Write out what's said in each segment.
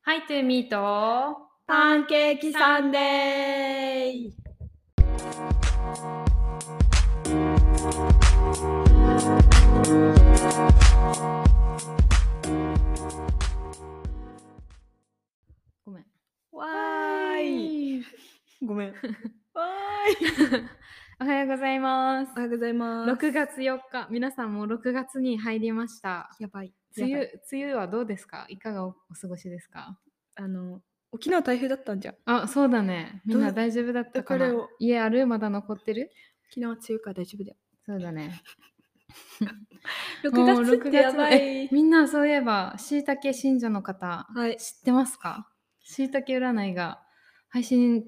はい、トゥーミート。パンケーキサンデーごめん。わはーいい。 ごめん。わーいおはようございますお。はようございます。 6月4日、皆さんも6月に入りました。やばい。梅やばい雨、梅雨はどうですかいかがおお過ごしですかあの、沖縄台風だったんじゃん。あ、そうだね。みんなどう大丈夫だったかなだから家あるまだ残ってる沖縄梅雨から大丈夫だよ。そうだね。もう6月ってやばいえ。みんなそういえば、しいたけ信者の方、はい。知ってますかしいたけ占いが配信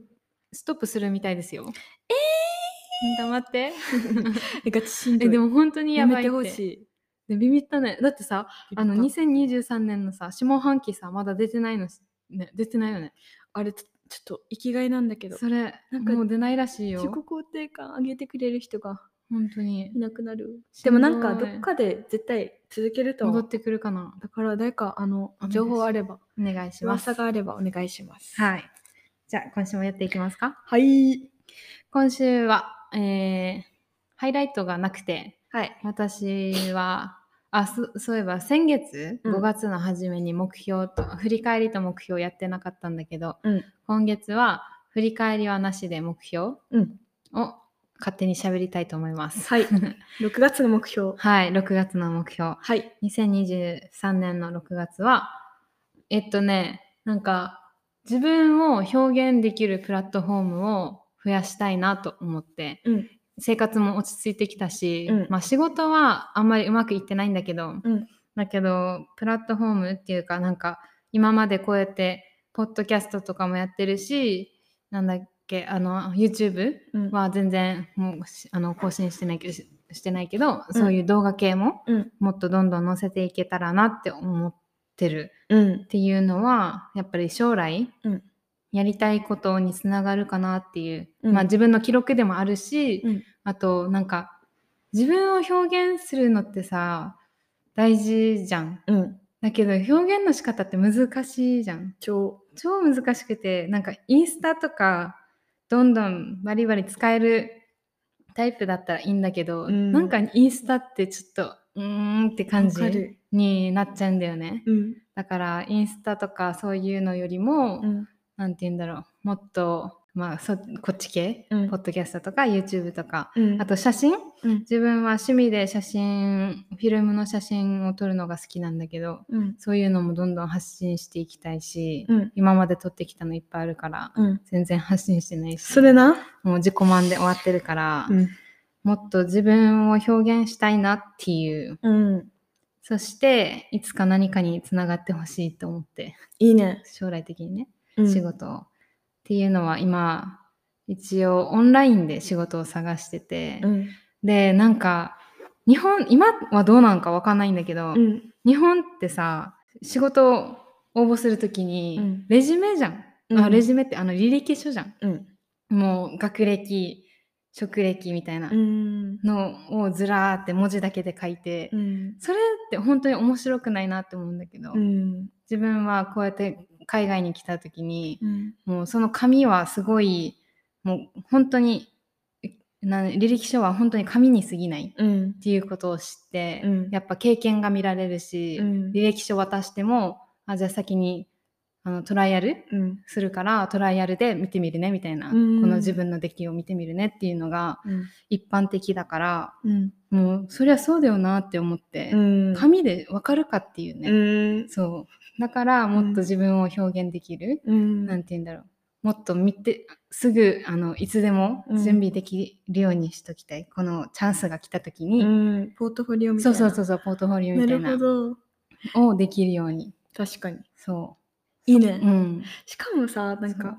ストップするみたいですよ。えー、待って。え、ガチしんどい。えでも本当にややばいめっててほしい。でビビったねだってさあのビビった2023年のさ下半期さまだ出てないのし、ね、出てないよねあれ、ちょちょっと生きがいなんだけど、それなんかもう出ないらしいよ自己肯定感上げてくれる人が本当にいなくなる。しんどでいもなんか、どっかで絶対続けると思戻うっ。てくるかなだから誰かあのお願いします情報あればお願いします噂があればお願いします。はいじゃあ今週もやっていきますかはい。今週はえーハイライトがなくてはい。私はあそそういえば先月うん5月の初めに目標と、振り返りと目標やってなかったんだけどうん。今月は振り返りはなしで目標うん。を勝手に喋りたいと思います。はい6月の目 標。はい、6月の目標。はい。 2023年の6月は、えっとね、なんか自分を表現できるプラットフォームを増やしたいなと思って、うん。生活も落ち着いてきたし、うんまあ仕事はあんまりうまくいってないんだけど、うんだけど、プラットフォームっていうか、なんか今までこうやって、ポッドキャストとかもやってるし、なんだっけ、あの、YouTube うん。は全然もうしあの更新してないけどししてないけど、んそういう動画系もうん。もっとどんどん載せていけたらなって思ってるうんっ。ていうのはやっぱり将来、うんやりたいことにつながるかなっていう、うんまあ自分の記録でもあるし、うんあとなんか自分を表現するのってさ大事じゃん。うん。だけど表現の仕方って難しいじゃん。超。超難しくてなんかインスタとかどんどんバリバリ使えるタイプだったらいいんだけど、うんなんかインスタってちょっとうーんって感じわかるになっちゃうんだよねうん。だからインスタとかそういうのよりもうん。何、て言うんだろうもっとまあそこっち系、うんポッドキャストとか YouTube とかうん。あと写真うん。自分は趣味で写真フィルムの写真を撮るのが好きなんだけどうん。そういうのもどんどん発信していきたいし、うん。今まで撮ってきたのいっぱいあるからうん。全然発信してないしそれな。もう自己満で終わってるから、ん。もっと自分を表現したいなっていううん。そしていつか何かにつながってほしいと思っていいね。将来的にね、うん仕。事をっていうのは今一応オンラインで仕事を探してて、うん。でなんか日本今はどうなんかわかんないんだけど、うん。日本ってさ仕事を応募するときに、うんレジュメじゃん、あうんレジュメってあの履歴書じゃんうん。もう学歴職歴みたいなうん。のをずらーって文字だけで書いて、うん。それって本当に面白くないなって思うんだけど、うん。自分はこうやって海外に来た時にうん。もうその紙はすごいもう本当にな履歴書は本当に紙に過ぎないっうん。ていうことを知って、うんやっぱ経験が見られるし、うん履歴書渡してもあじゃあ先にあのトライアルうん。するからトライアルで見てみるねみたいな、うんこの自分の出来を見てみるねっていうのが一般的だからうん。もうそりゃそうだよなって思って、うん。紙でわかるかっていううね、ん。そうだからもっと自分を表現できる、うん。なんて言うんだろうもっと見てすぐあのいつでもうん準備できるようにしときたい、このチャンスが来た時に、うん。ポートフォリオみたそいうな。そうそうう。そうポートフォリオみなたいるほなど。をできるように確かに。そ、いいうね。うん、しかもさ、なんそうか、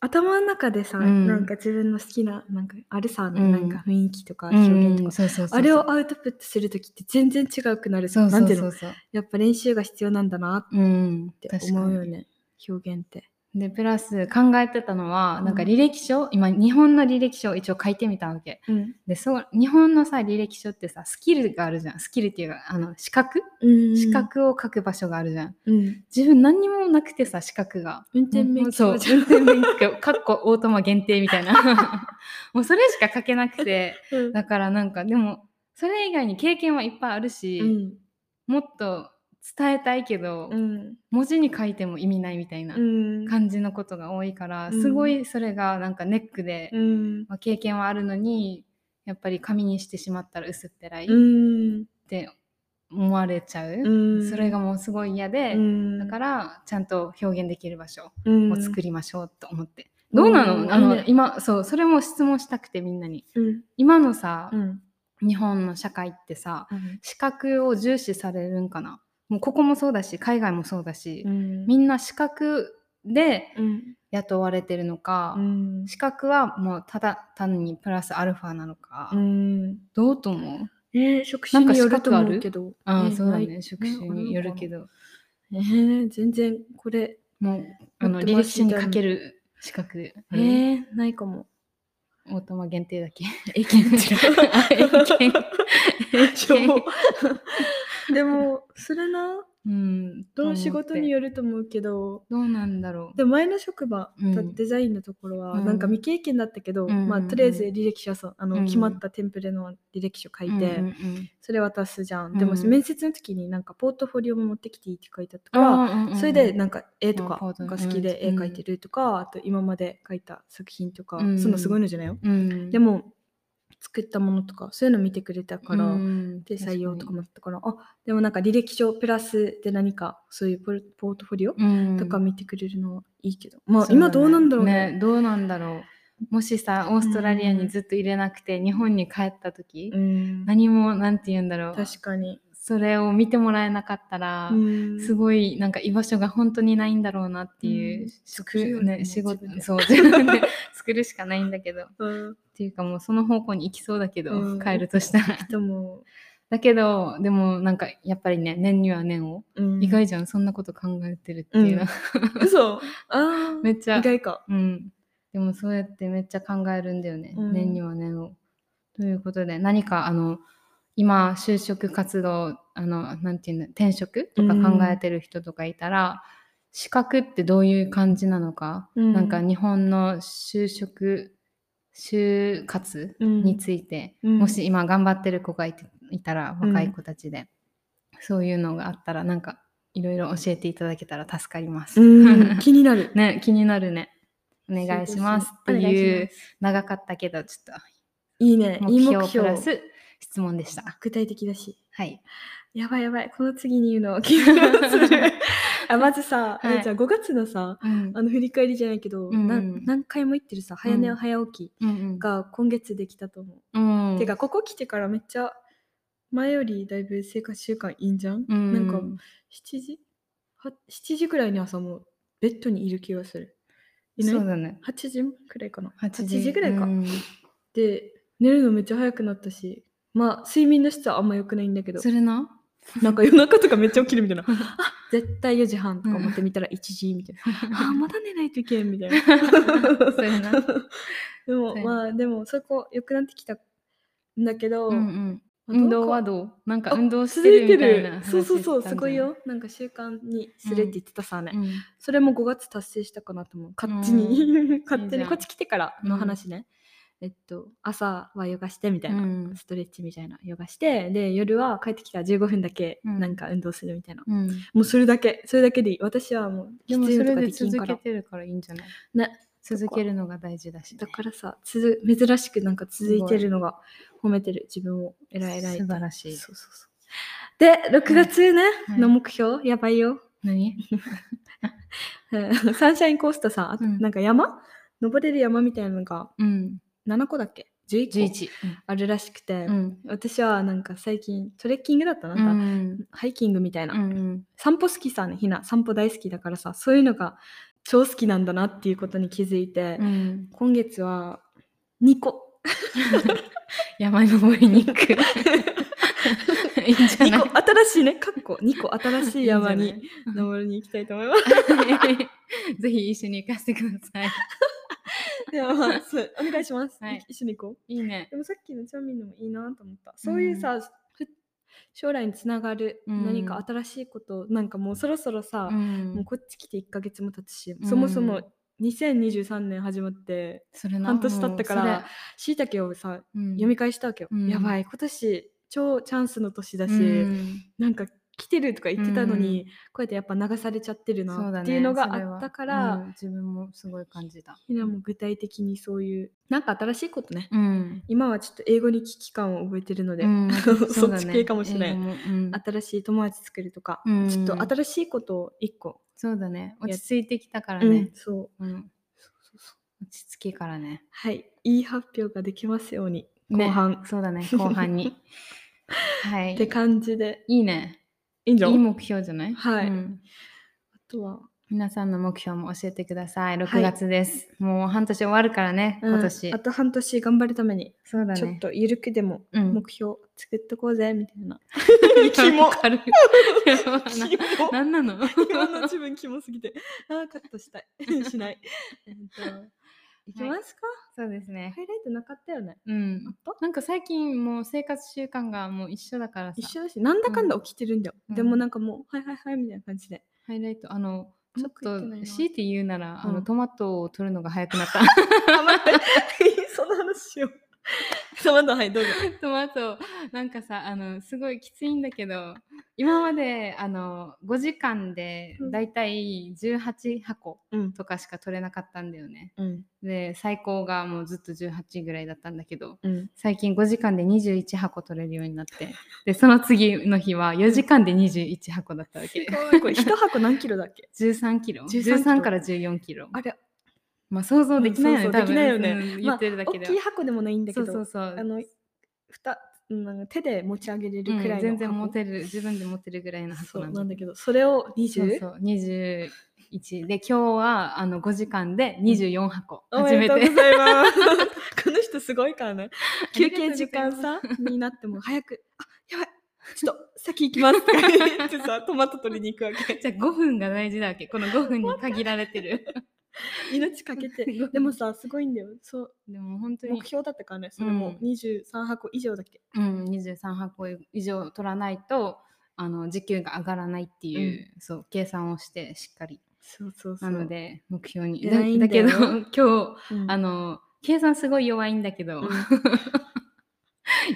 頭の中でさ、うんなんか自分の好きな、なんか、あれさ、んなんか雰囲気とか表現とうんか、そうそうそうそうあれをアウトプットするときって全然違うくなる。そうなそんうていうそのうそうやっぱ練習が必要なんだなっうんて確かに思うよね。表現って。でプラス考えてたのは、うんなんか履歴書今日本の履歴書を一応書いてみたわけうんでそう日本のさ履歴書ってさスキルがあるじゃんスキルっていうかあの資格うん資格を書く場所があるじゃん、うん自分何にもなくてさ資格が運転免許そうじゃん運転免許かっこオートマ限定みたいな もうそれしか書けなくてうんだからなんかでもそれ以外に経験はいっぱいあるし、うんもっと伝えたいけど、うん文字に書いても意味ないみたいなうん感じのことが多いから、うんすごいそれがなんかネックで、うんまあ、経験はあるのにやっぱり紙にしてしまったら薄っぺらいっうんて思われちゃう、うんそれがもうすごい嫌で、だかららちゃんと表現できる場所を作りましょうと思って、うんどうなの,、うんあのいいね今そうそれも質問したくてみんなにうん今のさ、うん日本の社会ってさ資格を重視されるんかなもうここもそうだし海外もそうだし、うんみんな資格でうん雇われてるのか、うん資格はもうただ単にプラスアルファなのか、うんどうと思うえー職種によると思うけどああ、えーそうだないね職種によるけど、えー全然これもうあのもっと履歴書にかマシみたけいなる資格で、えーない かもオートマ限定だっけ意見 あ英検英検 でもそれなうんどの仕事によよると思うけどどうなんだろうでも前の職場、うんだデザインのところは、うんなんか未経験だったけど、うんうんうんまあ、とりあえず履歴書はそうあの、うんうん決まったテンプレの履歴書書いて、うんうんそれ渡すじゃん、んでも面接の時になんかポートフォリオも持ってきていいって書いてあったうかんら、あーうんうんそれでなんか絵とあポーかトが好きでう絵ん描いてるとか、あと今まで描いた作品とか、うんそんなすごいのじゃないよ、うんでも作ったものとかそういうの見てくれたから、うんで採用と確かもあったからあでもなんか履歴書プラスで何かそういうポルポートフォリオかにとか見てくれるのはいいけど、うんまあ今どうなんだろうねねどうなんだろうもしさオーストラリアにずっと入れなくて、日本に帰った時、うん何もなんて言うんだろう確かに、それを見てもらえなかったら、うんすごいなんか居場所が本当にないんだろうなっていう、うん作作るよるねね仕事自分でそう自分で 作るしかないんだけどっうんていうかもうその方向に行きそうだけど、うん帰るとしたらでも、だけどでもなんかやっぱりね年には年を、うん意外じゃんそんなこと考えてるっていうの、う 嘘あ めーっちゃ意外かうんでもそうやってめっちゃ考えるんだよね、うん年には年をということで何かあの今就職活動あのなんていうんだ転職とか考えてる人とかいたら、資格ってどういう感じなのか、うんなんか日本の就職就活について、うんもし今頑張ってる子がいていたら若い子たちで、そういうのがあったらなんかいろいろ教えていただけたら助かります。うん気になるね、気になるね。 お願いしますってお願いいしうます長かったけどちょっいいねとい目い標目プ標ラス質問でした。具体的だし はい。やばいやばいこの次に言うのは緊張する あまずさ、はいえじゃあ5月のさうんあの振り返りじゃないけど、うんな何回も言ってるさ早寝うん早起きうんが今月できたと思う、うんうんてかここ来てからめっちゃ前よりだいぶ生活習慣いいんじゃん、うんなんか7時は ?7 時くらいに朝もうベッドにいる気がするいないそうだね。 8時くらいかな8 8時ぐらいか、うんで寝るのめっちゃ早くなったしまあ睡眠の質はあんま良くないんだけどそれ な。なんか夜中とかめっちゃ起きるみたいな。 あ絶対4時半とか思ってみたら1時みたいな。あまだ寝ないといけんみ たいな。そうやなでもそうやなまあでもそこ良くなってきたんだけど、うんうんまあ運動はどどうかうなんかあ運動して続いてるみたいるな。そうそうそ話してたんじうゃなすごい。よ。なんか習慣にするって言ってたさね。うんそれも5月達成したかなと思う。勝手に、勝手いいじにゃんこっち来てからの話ね。えっと朝はヨガしてみたいな。うんストレッチみたいなヨガしてで夜は帰ってきたら15分だけうんなんか運動するみたいな、うんもうそれだけ、それだけでいい。私はもう、でも必そ要とれかでできん続かけら。てるからいいんじゃないね続けるのが大事だしね。だからさ、つづ珍しくなんか続いてるのが褒めてる自分を偉い偉い。素晴らしいそうそうそう。で、6月ね、はいの目標、やばいよ。何 サンシャインコーストさ、あとうんなんか山登れる山みたいなのがうん。 7個だっけ ?11 個11。あるらしくて、うん。私はなんか最近トレッキングだったな、うんかん。ハイキングみたいな。うん散歩好きさねひな散歩大好きだからさそういうのが超好きなんだなっていうことに気づいて、うんうん、今月は2個 山登りに行くいいんじゃ2ない個新しいね、かっこ2個新しい山に登りに行きたいと思いま す。ぜひ一緒に行かせてください。では、まあ、そうお願いします、はい一緒に行こいいねう。。でもさっきのチャミンのもいいなと思った。そういうさ、ふ将来につながるうん何か新しいこと、なんかもうそろそろさ、うんもうこっち来て1ヶ月も経つし、んそもそも2023年始まってそれな半年経ったか、もうらしいたけをさそれうん読み返したわけよ、うんやばい今年超チャンスの年だし、うんなんか来てるとか言ってたのに、うこうやってやっぱ流されちゃってるそなだっねていうのがそれあはったから、うん自分もすごい感じた。ひなも具体的にそういうなんか新しいことね、うん。今はちょっと英語に危機感を覚えてるので、う んそうだっねち系かもしれ英語ない。もうん新しい友達作るとか、うんちょっと新しいことを一個、そうだね。落ち着いてきたからうんね。そううん落ち着きからね。はい、いい発表ができますように、ね後半。そうだ ね。後半に。はい。って感じで、いいね。いいんじゃんいい目標じゃないはいうんあとは、皆さんの目標も教えてください。はい6月です。もう半年終わるからね、うん今年。あと半年頑張るために、そうだちょっね。とゆるくでもうん目標作っとこうぜ、みた いな。キキモモ軽い。キモ何な の今の自分キモすぎて。あーカットしたい。 し ない。えっと、いきますか、そうですねハ。イライトなかったよね。うんあ。ったなんか最近もう生活習慣がもう一緒だからさ、一緒だし、なんだかんだ起きてるんだよ。うんでもなんかもう、はいはいはいみたいな感じで。 ハイライト、あの、うちょまっくいってないとな強いて言うなら、あうのんトマトを取るのが早く なった。あ、待って。その話しよう。 そう、まだはい、どうぞ。トマトなんかさあのすごいきついんだけど今まであの5時間でうんだいたい18箱うん。とかしか取れなかったんだよね。うん。で最高がもうずっと18ぐらいだったんだけどうん。最近5時間で21箱取れるようになってでその次の日は4時間で21箱だったわけ すごい。これ、一箱何キロだっけ13キロ13 13, キロから14キロあれ、まあ想像できないよねうん多そうそ分うできないよねうん言ってるだけでまあ、大きい箱でもないんだけそどうそうそうあのふたうん手で持ち上げれるくうらいの箱、ん全然持てる自分で持てるぐらいのそ箱うなんなだんだけどそれをそう20そう21で今日はあの5時間で24箱お初めめでとうてございますこの人すごい からねあり休がとうございます憩時間さになっても早くあやばいちょっと先行きますとか言ってさトマト取りに行くわけじゃあ5分が大事だわけこの5分に限られてる 命かけてでもさすごいんだよそうでも本 当に目標だったからねそれもう23箱以上だっけ、うん23箱以上取らないとあの時給が上がらないっていう、そう計算をしてしっかりそうそうなの、で目標に偉いんだだけだよど 今日うんあの計算すごい弱いんだけど、うん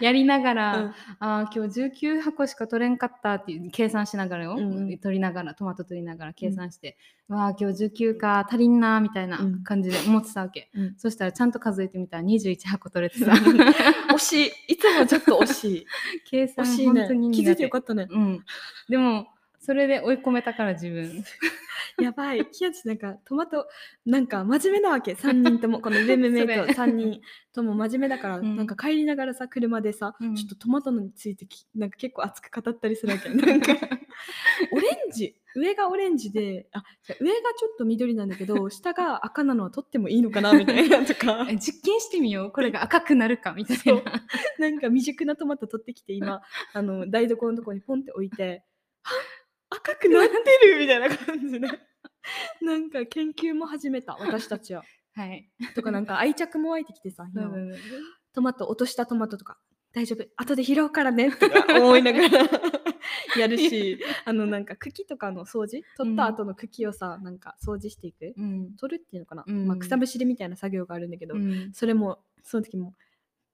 やりながら、うんあー今日19箱しか取れんかったっていう計算しながらよ、うんうん取りながらトマト取りながら計算して、わあ今日19か足りんなーみたいなうん感じで思ってたわけ、うんそしたらちゃんと数えてみたら21箱取れてさ 惜しいいつもちょっと惜し い計算惜しい本ね当に苦手気づいてよかったねうん、でもそれで追い込めたから自分 やばい。キヤチなんかトマトなんか真面目なわけ。三人 ともこのルームメイそトれ三人とも真面目だから、うんなんか帰りながらさ車でさ、うんちょっとトマトについてきなんか結構熱く語ったりする わけ。なんかオレンジ上がオレンジであじゃあ上がちょっと緑なんだけど下が赤なのは取ってもいいのかなみたいなとかえ実験してみようこれが赤くなるかみたいそうな なんか未熟なトマト取ってきて今あの台所のとこにポンって置いてあ 赤くなってるみたいな感じで。 なんか研究も始めた私た ちははいとかなんか愛着も湧いてきてさ、ひそなうはだねトマト落としたトマトとか大丈夫後で拾うからねとか 思いながら やる しあのなんか茎とかの掃除取った後の茎をさ、なんか掃除していくうん取るっていうのかな、うんまあ、草むしりみたいな作業があるんだけど、うんそれもその時も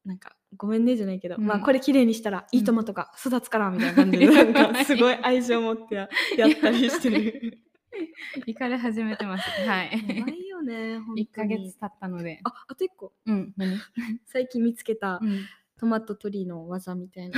なんかごめんねじゃないけど、うんまあこれ綺麗にしたらいいトマトが育つからみたいな感じで、うんなんかすごい愛情持ってややったりしてる。行かれ始めてますはやばいいよね本当に1ヶ月経ったのでああと一個うん何最近見つけたうんトマト取りの技みたいな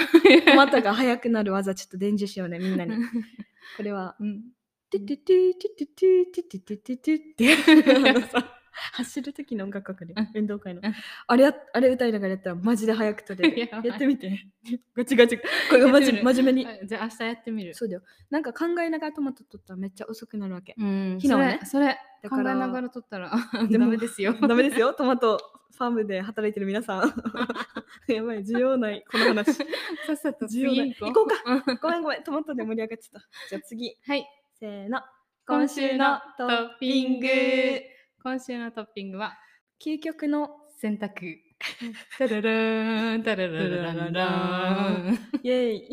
トマトが速くなる技ちょっと伝授しようねみんなに。 これは。うんトゥトゥトゥトゥトゥトゥトゥトゥトゥトゥってあのさ走る時の音楽かけるうん運動会のうん。あれやあれ歌いながらやったらマジで速く取れるやば。いやってみ て。ガチガチ。これがマやってジみる真面目に。あじゃあ明日やってみるそうだよ。なんか考えながらトマト取ったらめっちゃ遅くなるわけ。うんひなはねそれそれだ考かえらながら撮ったら でダもメですよ。ダメですよトマトファームで働いてる皆さん やばい需要ないこの 話さっさと需要ない次行行ここうう。かごめんごめんトマトで盛り上がっちゃったじゃあ次はい。せーの今今週週ののトトッッピピンンググ今週のトッピングは究極の洗濯。タララーン、タラララララーン。イエイ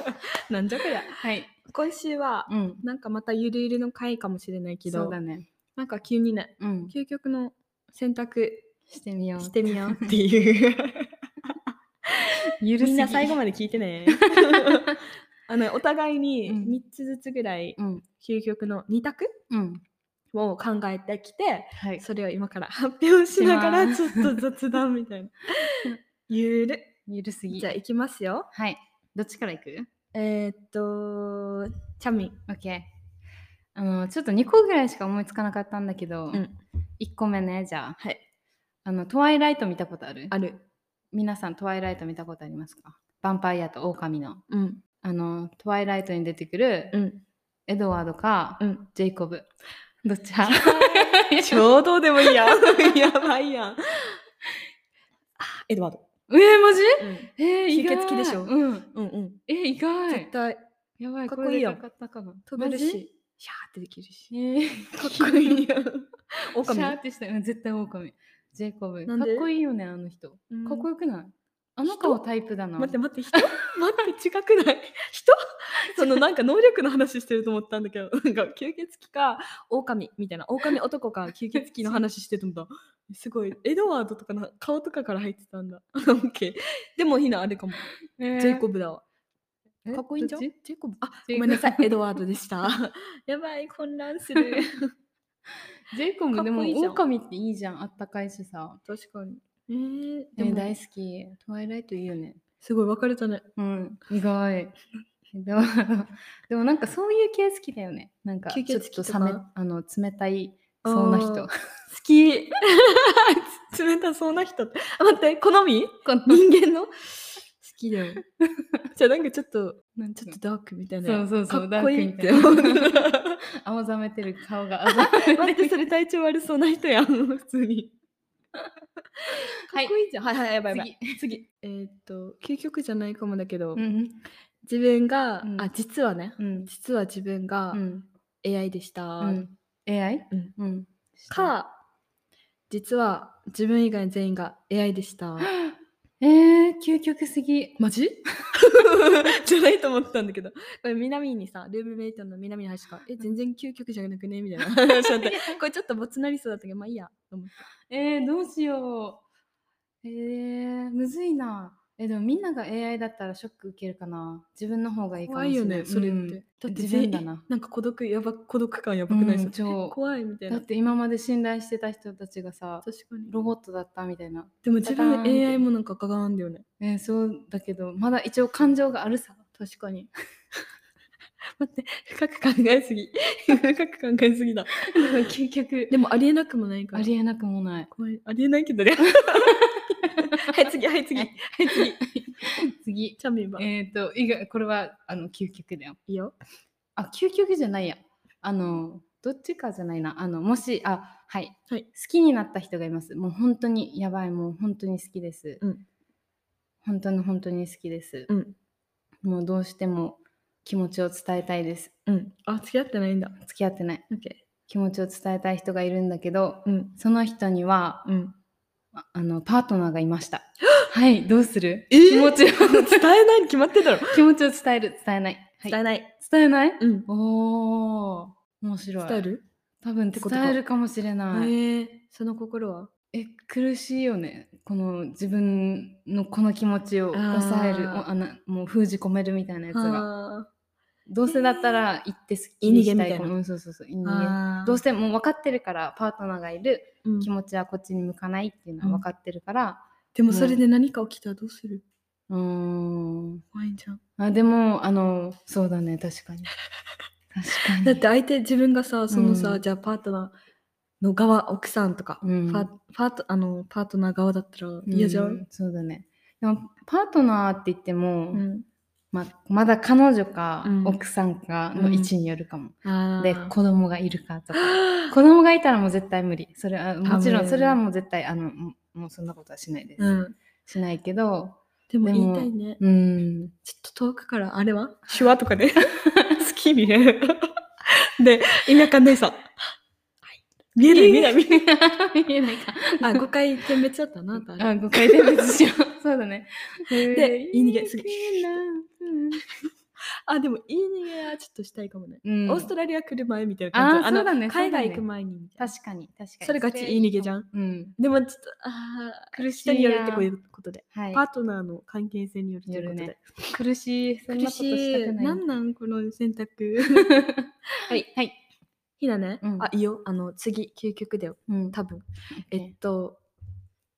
なんじゃこりゃはい。今週はうん。なんかまたゆるゆるの回かもしれないけそど、うだね。なんか急にねうん。究極の選択してみよう。してみようっていうゆるす ぎみんな最後まで聞いて ねあのお互いにうん3つずつぐらいうん。究極の2択うん。を考えてきてはい。それを今から発表しながしらまちょっすと雑談みたい なゆるゆるすぎじゃ。あいきますよはい。どっちからいくえー、っと、チャミン。 ?OK。あの、ちょっと2個ぐらいしか思いつかなかったんだけど、ん1個目ね、じゃあ。はい。あの、トワイライト見たことあるある。皆さん、トワイライト見たことありますかヴァンパイアと狼の。うん。あの、トワイライトに出てくるうん。エドワードか、うん。ジェイコブ。どっ ち派ちょうどでもいい やん。やばいやん。あ、エドワード。 えー、 マジうん。えー、意外吸血鬼でしょうん。うんうん。えー、意外絶。対やばい、かっこいいやれんでかかったかも飛べるマし、ジシャーってできるし。えー、かっこい いやん。シャー狼。ってしたうん絶対狼。ジェイコブ。なかんっでこいいよね、あの人。かうんっこよくないあの子タイプだな。待っ て待って、人 待って、違くない 人そのなんか能力の話してると思ったんだけど、 なんか吸血鬼か狼みたいな、狼男か吸血鬼の話してると思った。 すごい、エドワードとかの顔とかから入ってたんだ。 オッケー。でもひなあれかも、えージェイコブだわ。えかっこいいんじゃんどっジちェイコブ。あ、ジェごイコブめんなさい、エドワード でした。やばい、混乱する。ジェイコかブっでこもいいじゃん狼っていいじゃん、あったかいしさ。 確かに。えー、えでも、大好き。トワイライトいいよね。すごい分かれたね。うん、意外。でもでもなんかそういう系好きだよね。なんかち吸血ょっ鬼とと冷かめあの冷たいそうなあー人。好き。 冷たそうな人。あ待って、好みこの人間の好きだよ。 じゃあなんかちょっと、なんちょっととダークみたいな。そうそうそうかっこいいってダー思クうみたいな。青ざめてる顔が青ざめてる。待 って、それ体調悪そうな人やん、普通 に。かはっいこいいじゃん。はいはい、やばいやばい。次。次。えーっと、究極じゃないかもだけど、うん自分が、うんあ、実はね、うん実は自分がうん AI でした。うん。AI？うんうん。か、実は自分以外全員が AI でした。えー、究極すぎ。マジ じゃないと思ったんだけどこれ南にさルームメイトの南の話かえ全然究極じゃなくねみたいな 話だったこれちょっとボツなりそうだったけどまあいいやと思ってえー、どうしよう。えー、むずいな。えでもみんなが AI だったらショック受けるかな。自分の方がいいかも怖しいれよない。ねそれって、うんだって自分だな。なんか孤独やば孤独感やばくないですうん超怖いみたいだなって今まで信頼してた人たちがさ確かにロボットだったみたいな、でも自分パターン AI もなんかガガーンだよねえーそうだけどまだ一応感情があるさ確か に待って深く考えすぎ深く考えすぎだ究極でもありえなくもないかあらりえなくもない怖いありえないけどね はい次はい次ははい次 次チャミンバいえっ、と以外これはあの究極だよいよあ究極じゃないやあのどっちかじゃないなあのもしあはい、はい好きになった人がいますもう本当にやばいもう本当に好きです、うん本当に本当に好きです、うんもうどうしても気持ちを伝えたいですうん。あ、付き合ってないんだ。付き合ってない OK。気持ちを伝えたい人がいるんだけどうん。その人にはうん。ああのパートナーがいま した。はい、どうする、えー気持ちを 伝えないに決まってんだろ。気持ちを伝える伝えない。はい、伝えない。伝えない？うん。おお、面白い。伝える多分てことか伝えるかもしれない。へえ。その心はえ苦しいよね。この自分のこの気持ちを抑える、あーおあのもう封じ込めるみたいなやつが。あどうせだったら行ってすっき言いり逃げしみたたいいなかも。うん、そうそうそう。言い逃げあどうしせもう分かってるからパートナーがいるうん気持ちはこっちに向かないっていうのは分かってるから。でもそれで何か起きたらどうするうーん怖いんじゃん。あでもあのそうだね確 かに確かにだって相手、自分がさ、そのうさ、んじゃあパートナーの側、奥さんとか、うんパパート、あの、パートナー側だったら嫌じゃうんんそうだねでもパートナーって言っても、うん。ままだ彼女かうん奥さんかの位置によるかも、あーで子供がいるかとか子供がいたらもう絶対無理それはもちろん無理それはもう絶対あのももうそんなことはしないです、うん、しないけどでもでも言いたいね。うんちょっと遠くから、あれは手話 とかで。好き見える。で、意味わかんないさ。見えない、見えない、見えない。見えないかあ、5回点滅だったな、あなた あ誤回点滅しよう そうだねで言い逃げするうんあ、でも、いいねはちょっとしたいかもね。うんオーストラリア来る前みたいな感じ。あーそうだねのそう海だね外行く前にみたいな。確かに確かにそれガチ言い逃げじゃん。うんでも、ちょっと、ああ、苦しい人なによるってこういうことで。はいパートナーの関係性によるということよでる。苦しいそんなことしたくないなんなん、この 選択。はいはいひなね、うんあ、いいよ。あの、次、究極だよ。うん多分。ええっと、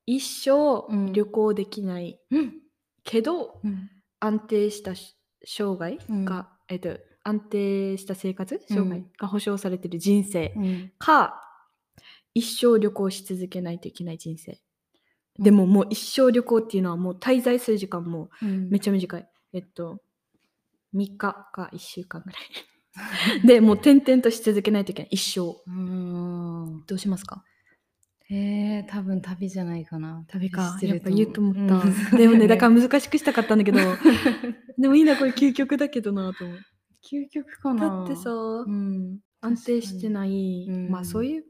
一生うん旅行できないうんけど、うん安定したし生涯が、えっと、安定した生活うん生涯が保障されてる人生うんか、一生旅行し続けないといけない人生。でももう一生旅行っていうのはもう滞在する時間もうんめっちゃ短い。えっと、3日か1週間ぐらい。 で、もう転々とし続けないといけない。一生。うーんどうしますかえー、多分旅じゃないかな。旅かし。てやっるぱ言うと思った。うんでもね、だ から難しくしたかったんだけど、でもいいな、これ究極だけどなと思う。究極かだな。ってさ、うん、安定してい。ない、うんまあそういう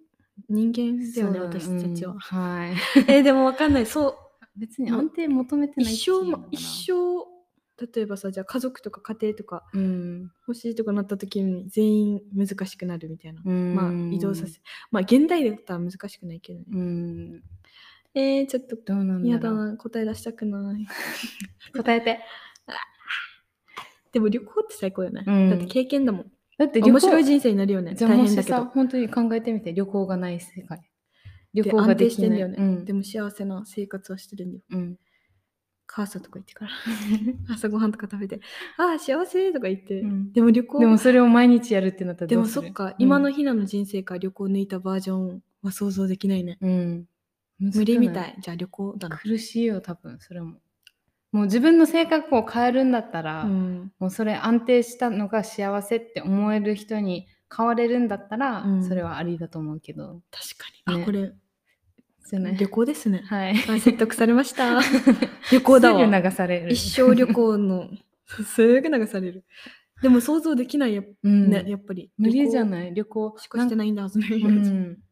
人間だよね、そうだ私たちは。うんはい。 えーでもわかんない。そう、別に安定求めてないって一い生うのかもな、一生、例えばさ、じゃあ家族とか家庭とかうん。欲しいとかなった時に全員難しくなるみたいな。うんまあ移動させ、まあ現代だったら難しくないけどね。うん。えー、ちょっとどうなんだろう。嫌だな、答え出したくない。答えて。でも旅行って最高よね。うんだって経験だもん。だって旅行面白い人生になるよね。じゃ大あも変しだけさど。本当に考えてみて旅行がない世界。旅で行が安で定しきてんなだい。よね、うんでも幸せな生活をしてるんだよ。うん。母さんとか行っ てから。朝ごはんとか食べて、ああ、幸せとか言って。うんでも旅行でもそれを毎日やるってなったらでどもうすそるっか、今の、ひなの人生から旅行抜いたバージョンは想像できないね。うんうん、無理み難しくなたい。じゃあ旅行だな。苦しいよ多分それももう自分の性格を変えるんだったら、うん。もうそれ安定したのが幸せって思える人に変われるんだったら、うんそれはありだと思うけど確かに。ねあ、これ、じゃない旅行ですね。はいあ説得され ました。旅行だすわ。ぐ流される一生旅 行の、すぐ流される。でも想像できないや,、うんね、やっぱり。無理じゃいない旅行しかしてなないんだはずね。んうん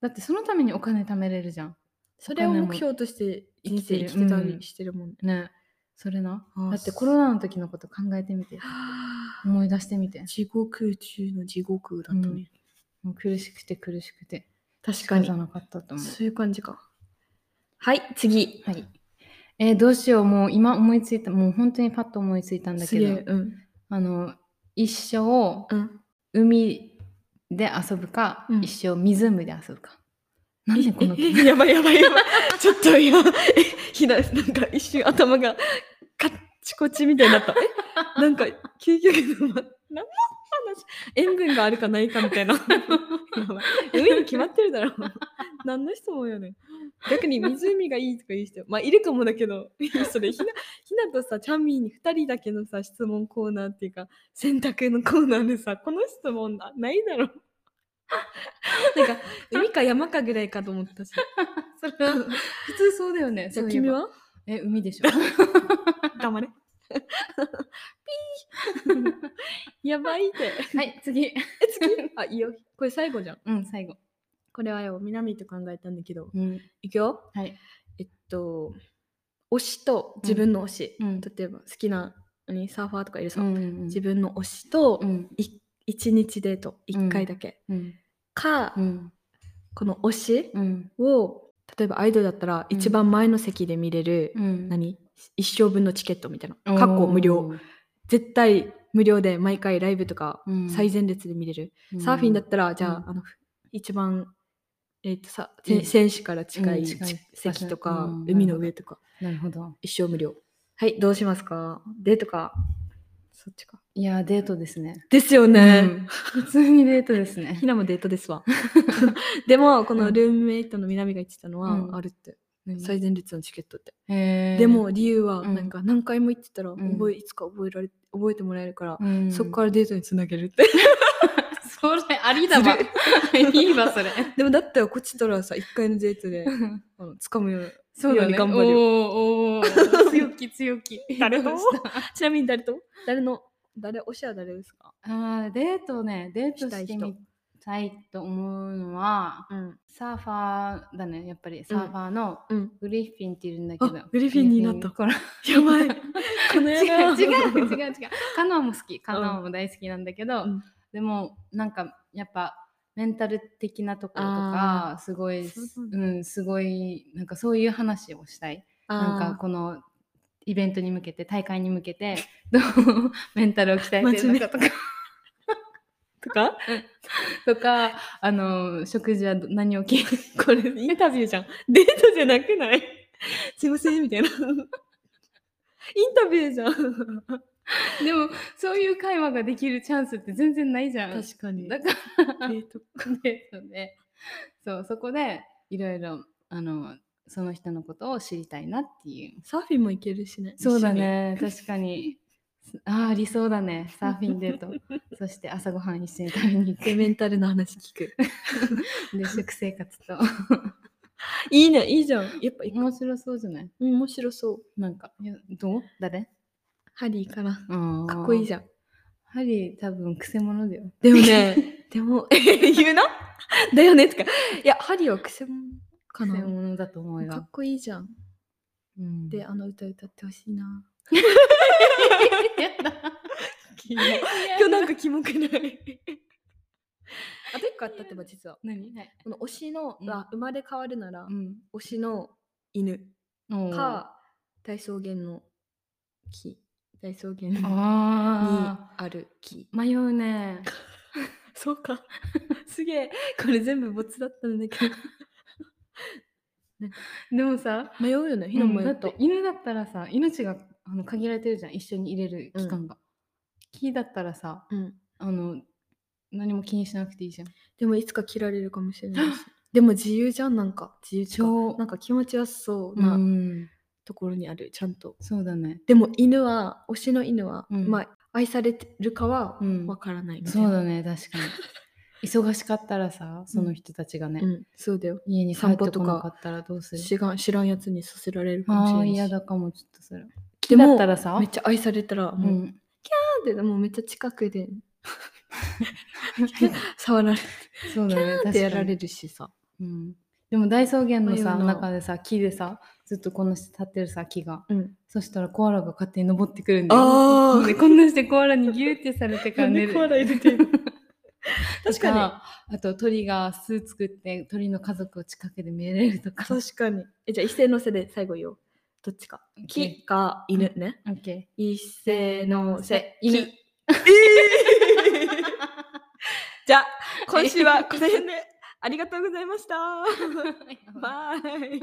だってそのためにお金貯めれるじゃんそれを目標として人生生きてたりしてるもんね。ねそれなあーだってコロナの時のこと考えてみて思い出してみて地獄中の地獄だったね。もう苦しくて苦しくて確かに仕方。なかったと思うそういう感じか。はい、次。はい。えーどうしよう、もう今思いついた、もう本当にパッと思いついたんだすけげどえ、、うん。あの、一生うん、海で遊ぶか、うん一生湖で遊ぶ か。なんでこのええやばいやばいやばい。 ちょっと今、えひな、なんか一瞬頭がカッチコチみたいになった。えなんか、究極の、何の話塩分があるかないかみた いな。やばい海に決まってるだろ。何の質問よね。逆に湖がいいとか言う人、まあいるかもだけど、それひな、ひなとさ、チャンミーに2人だけのさ、質問コーナーっていうか、選択のコーナーでさ、この質問なないだろ。なんか、海か山かぐらいかと思ったし。それは 普通そうだよね。じゃあそういえば君はえ、海でし ょ。黙れ。ピー やばい って。はい、次。え、次 あ、いいよ。これ最後じゃん。うん、最後。これはよ、南と考えたんだけど。うん。いくよ。はい。えっと、推しと自分の推し。うんうん例えば、好きな何サーファーとかいるさ。ん自分の推しと、うん。い一日デート、一回だけ。うん。か、うん。この推しうん。を、例えばアイドルだったら、うん一番前の席で見れる、うん。何一生分のチケットみたいな。かっこ無料。絶対無料で毎回ライブとかうん最前列で見れる、うん。サーフィンだったらじゃあ,、うんあの一番、えー、とさいせい選手から近い,、うん近い席とか、うん海の上とかなるほど。一生無料はいどうしますかデートかそっちかいやー、デートですね。ですよね、うん普通にデートですねひ。なもデートですわでもこうのんルームメイトの南が言ってたのは、うんあるって何 最前列のチケットって、へーでも、理由はうんなんか何回も行ってたらん覚え、いつか覚えられ覚えてもらえるから、うんそこからデートにつなげるってそれありだわずいいわそれでもだったらこっちとらさ1回のデートであの掴むような そうだいいようにね頑張るよおーおー強気強気誰とどうしたちなみに誰と誰の誰推しは誰ですか あーデートねデートしてみたいと思うのはうんサーファーだねやっぱりサーファーのうんグリフィンっているんだけど、あグリフィンになったグリフィンやばいこの違映画う違う違 う違うカノアも好きカノアも大好きなんだけど、うんでもなんかやっぱメンタル的なところとかすごいそううなんんすごいなんかそういう話をしたいなんかこのイベントに向けて大会に向けて どうメンタルを鍛えてるのかとかとかと かあの食事はど何をきこれインタビューじゃんデートじゃなくないすいませんみたいなインタビューじゃんでもそういう会話ができるチャンスって全然ないじゃん確かにだからデートデート でそうそこでいろいろあのその人のことを知りたいなっていうサーフィンも行けるしねそうだね確かに ああ理想だねサーフィンデ ートそして朝ごはん一緒に食べに行一緒にでメンタルの話聞 くくで食生活 といいねいいじゃんやっぱ面白そうじゃないうん面白そうなんかいやどう誰ハリーかなかかっこいいゃんじゃんハリー多分くせ者だよでもね でも言うなだよねとかいやハリーはくせ者かくなせ者だと思うよかっこいいじゃんうんであの歌歌ってほしいなやだ今日なんかキモく ないあと一個あったってば実は何はいこの推しの、うんあ生まれ変わるなら、うん推しの犬おーあか大草原の木大草原にあある木迷うねそうか すげえこれ全部ボツだったんだけどでもさ迷うよねひなもうんだやっ、ったて犬だったらさ命があの限られてるじゃん一緒に入れる期間が、木だったらさうんあの何も気にしなくていいじゃんでもいつか切られるかもしれな いしでも自由じゃんなんか自由っていうか超なんか気持ちよさそううなんところにある、ちゃんとそうだねでも犬は推しの犬は、うんまあ愛されてるかはうんわからないみたいそな、うだね確 かに忙しかったらさその人たちがね、うんそうだよ家に帰散っ歩てとこかなかったらどうする知らん知らんやつにさせられるかもしあれなあいし嫌だかもちょっとそれで木もだったらさめっちゃ愛されたらうもう、 ん、でもうめっちゃ近くで触られそうだね確てかやにられるしさうん、でも大草原の迷さうな中でさ木でさずっとこの立ってるさ木がうんそしたらコアラが勝手に登ってくるんだよあーでこんなしてコアラにギューってされてから寝る入れて る確確かかににあと鳥が巣作って鳥の家族を近くで見れるとか確かにえじゃあ一斉のせで最後言おうどっちか木か犬ね、オッケ一斉の せ犬木 じゃあ今週はこの辺でありがとうございました ーバイ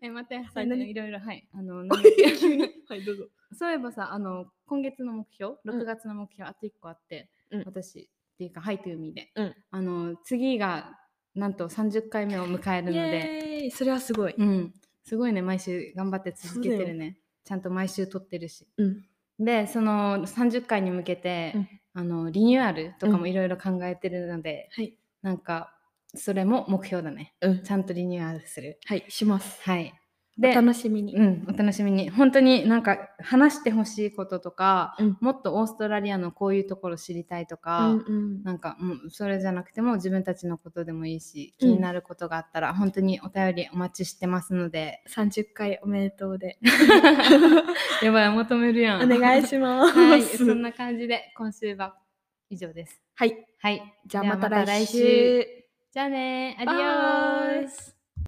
え待っては最い後何いろいろはいあの 急にはいどうぞそういえばさあの今月の目標うん6月の目標、あと1個あって、うん私っていうか「ハイと海で」うんあの次がなんと30回目を迎えるのイで、エーイそれはすごい、うん、すごいね毎週頑張って続けてそるうねちゃんと毎週撮ってるしうんでその30回に向けて、うんあのリニューアルとかうもんいろいろ考えてるので、はいなんかそれも目標だねうん、ちゃんとリニューアルするはいしますはいお楽しみに、うん、お楽しみに本当になんか話してほしいこととか、うんもっとオーストラリアのこういうところ知りたいとか、うんうんなんか、うん、それじゃなくても自分たちのことでもいいしう気んになることがあったら本当にお便りお待ちしてますの で30回おめでとう でやばい求めるやおん願いましますはいそんな感じで今週は以上ですはいはいじゃあではまた来週じゃあねアデバィオイース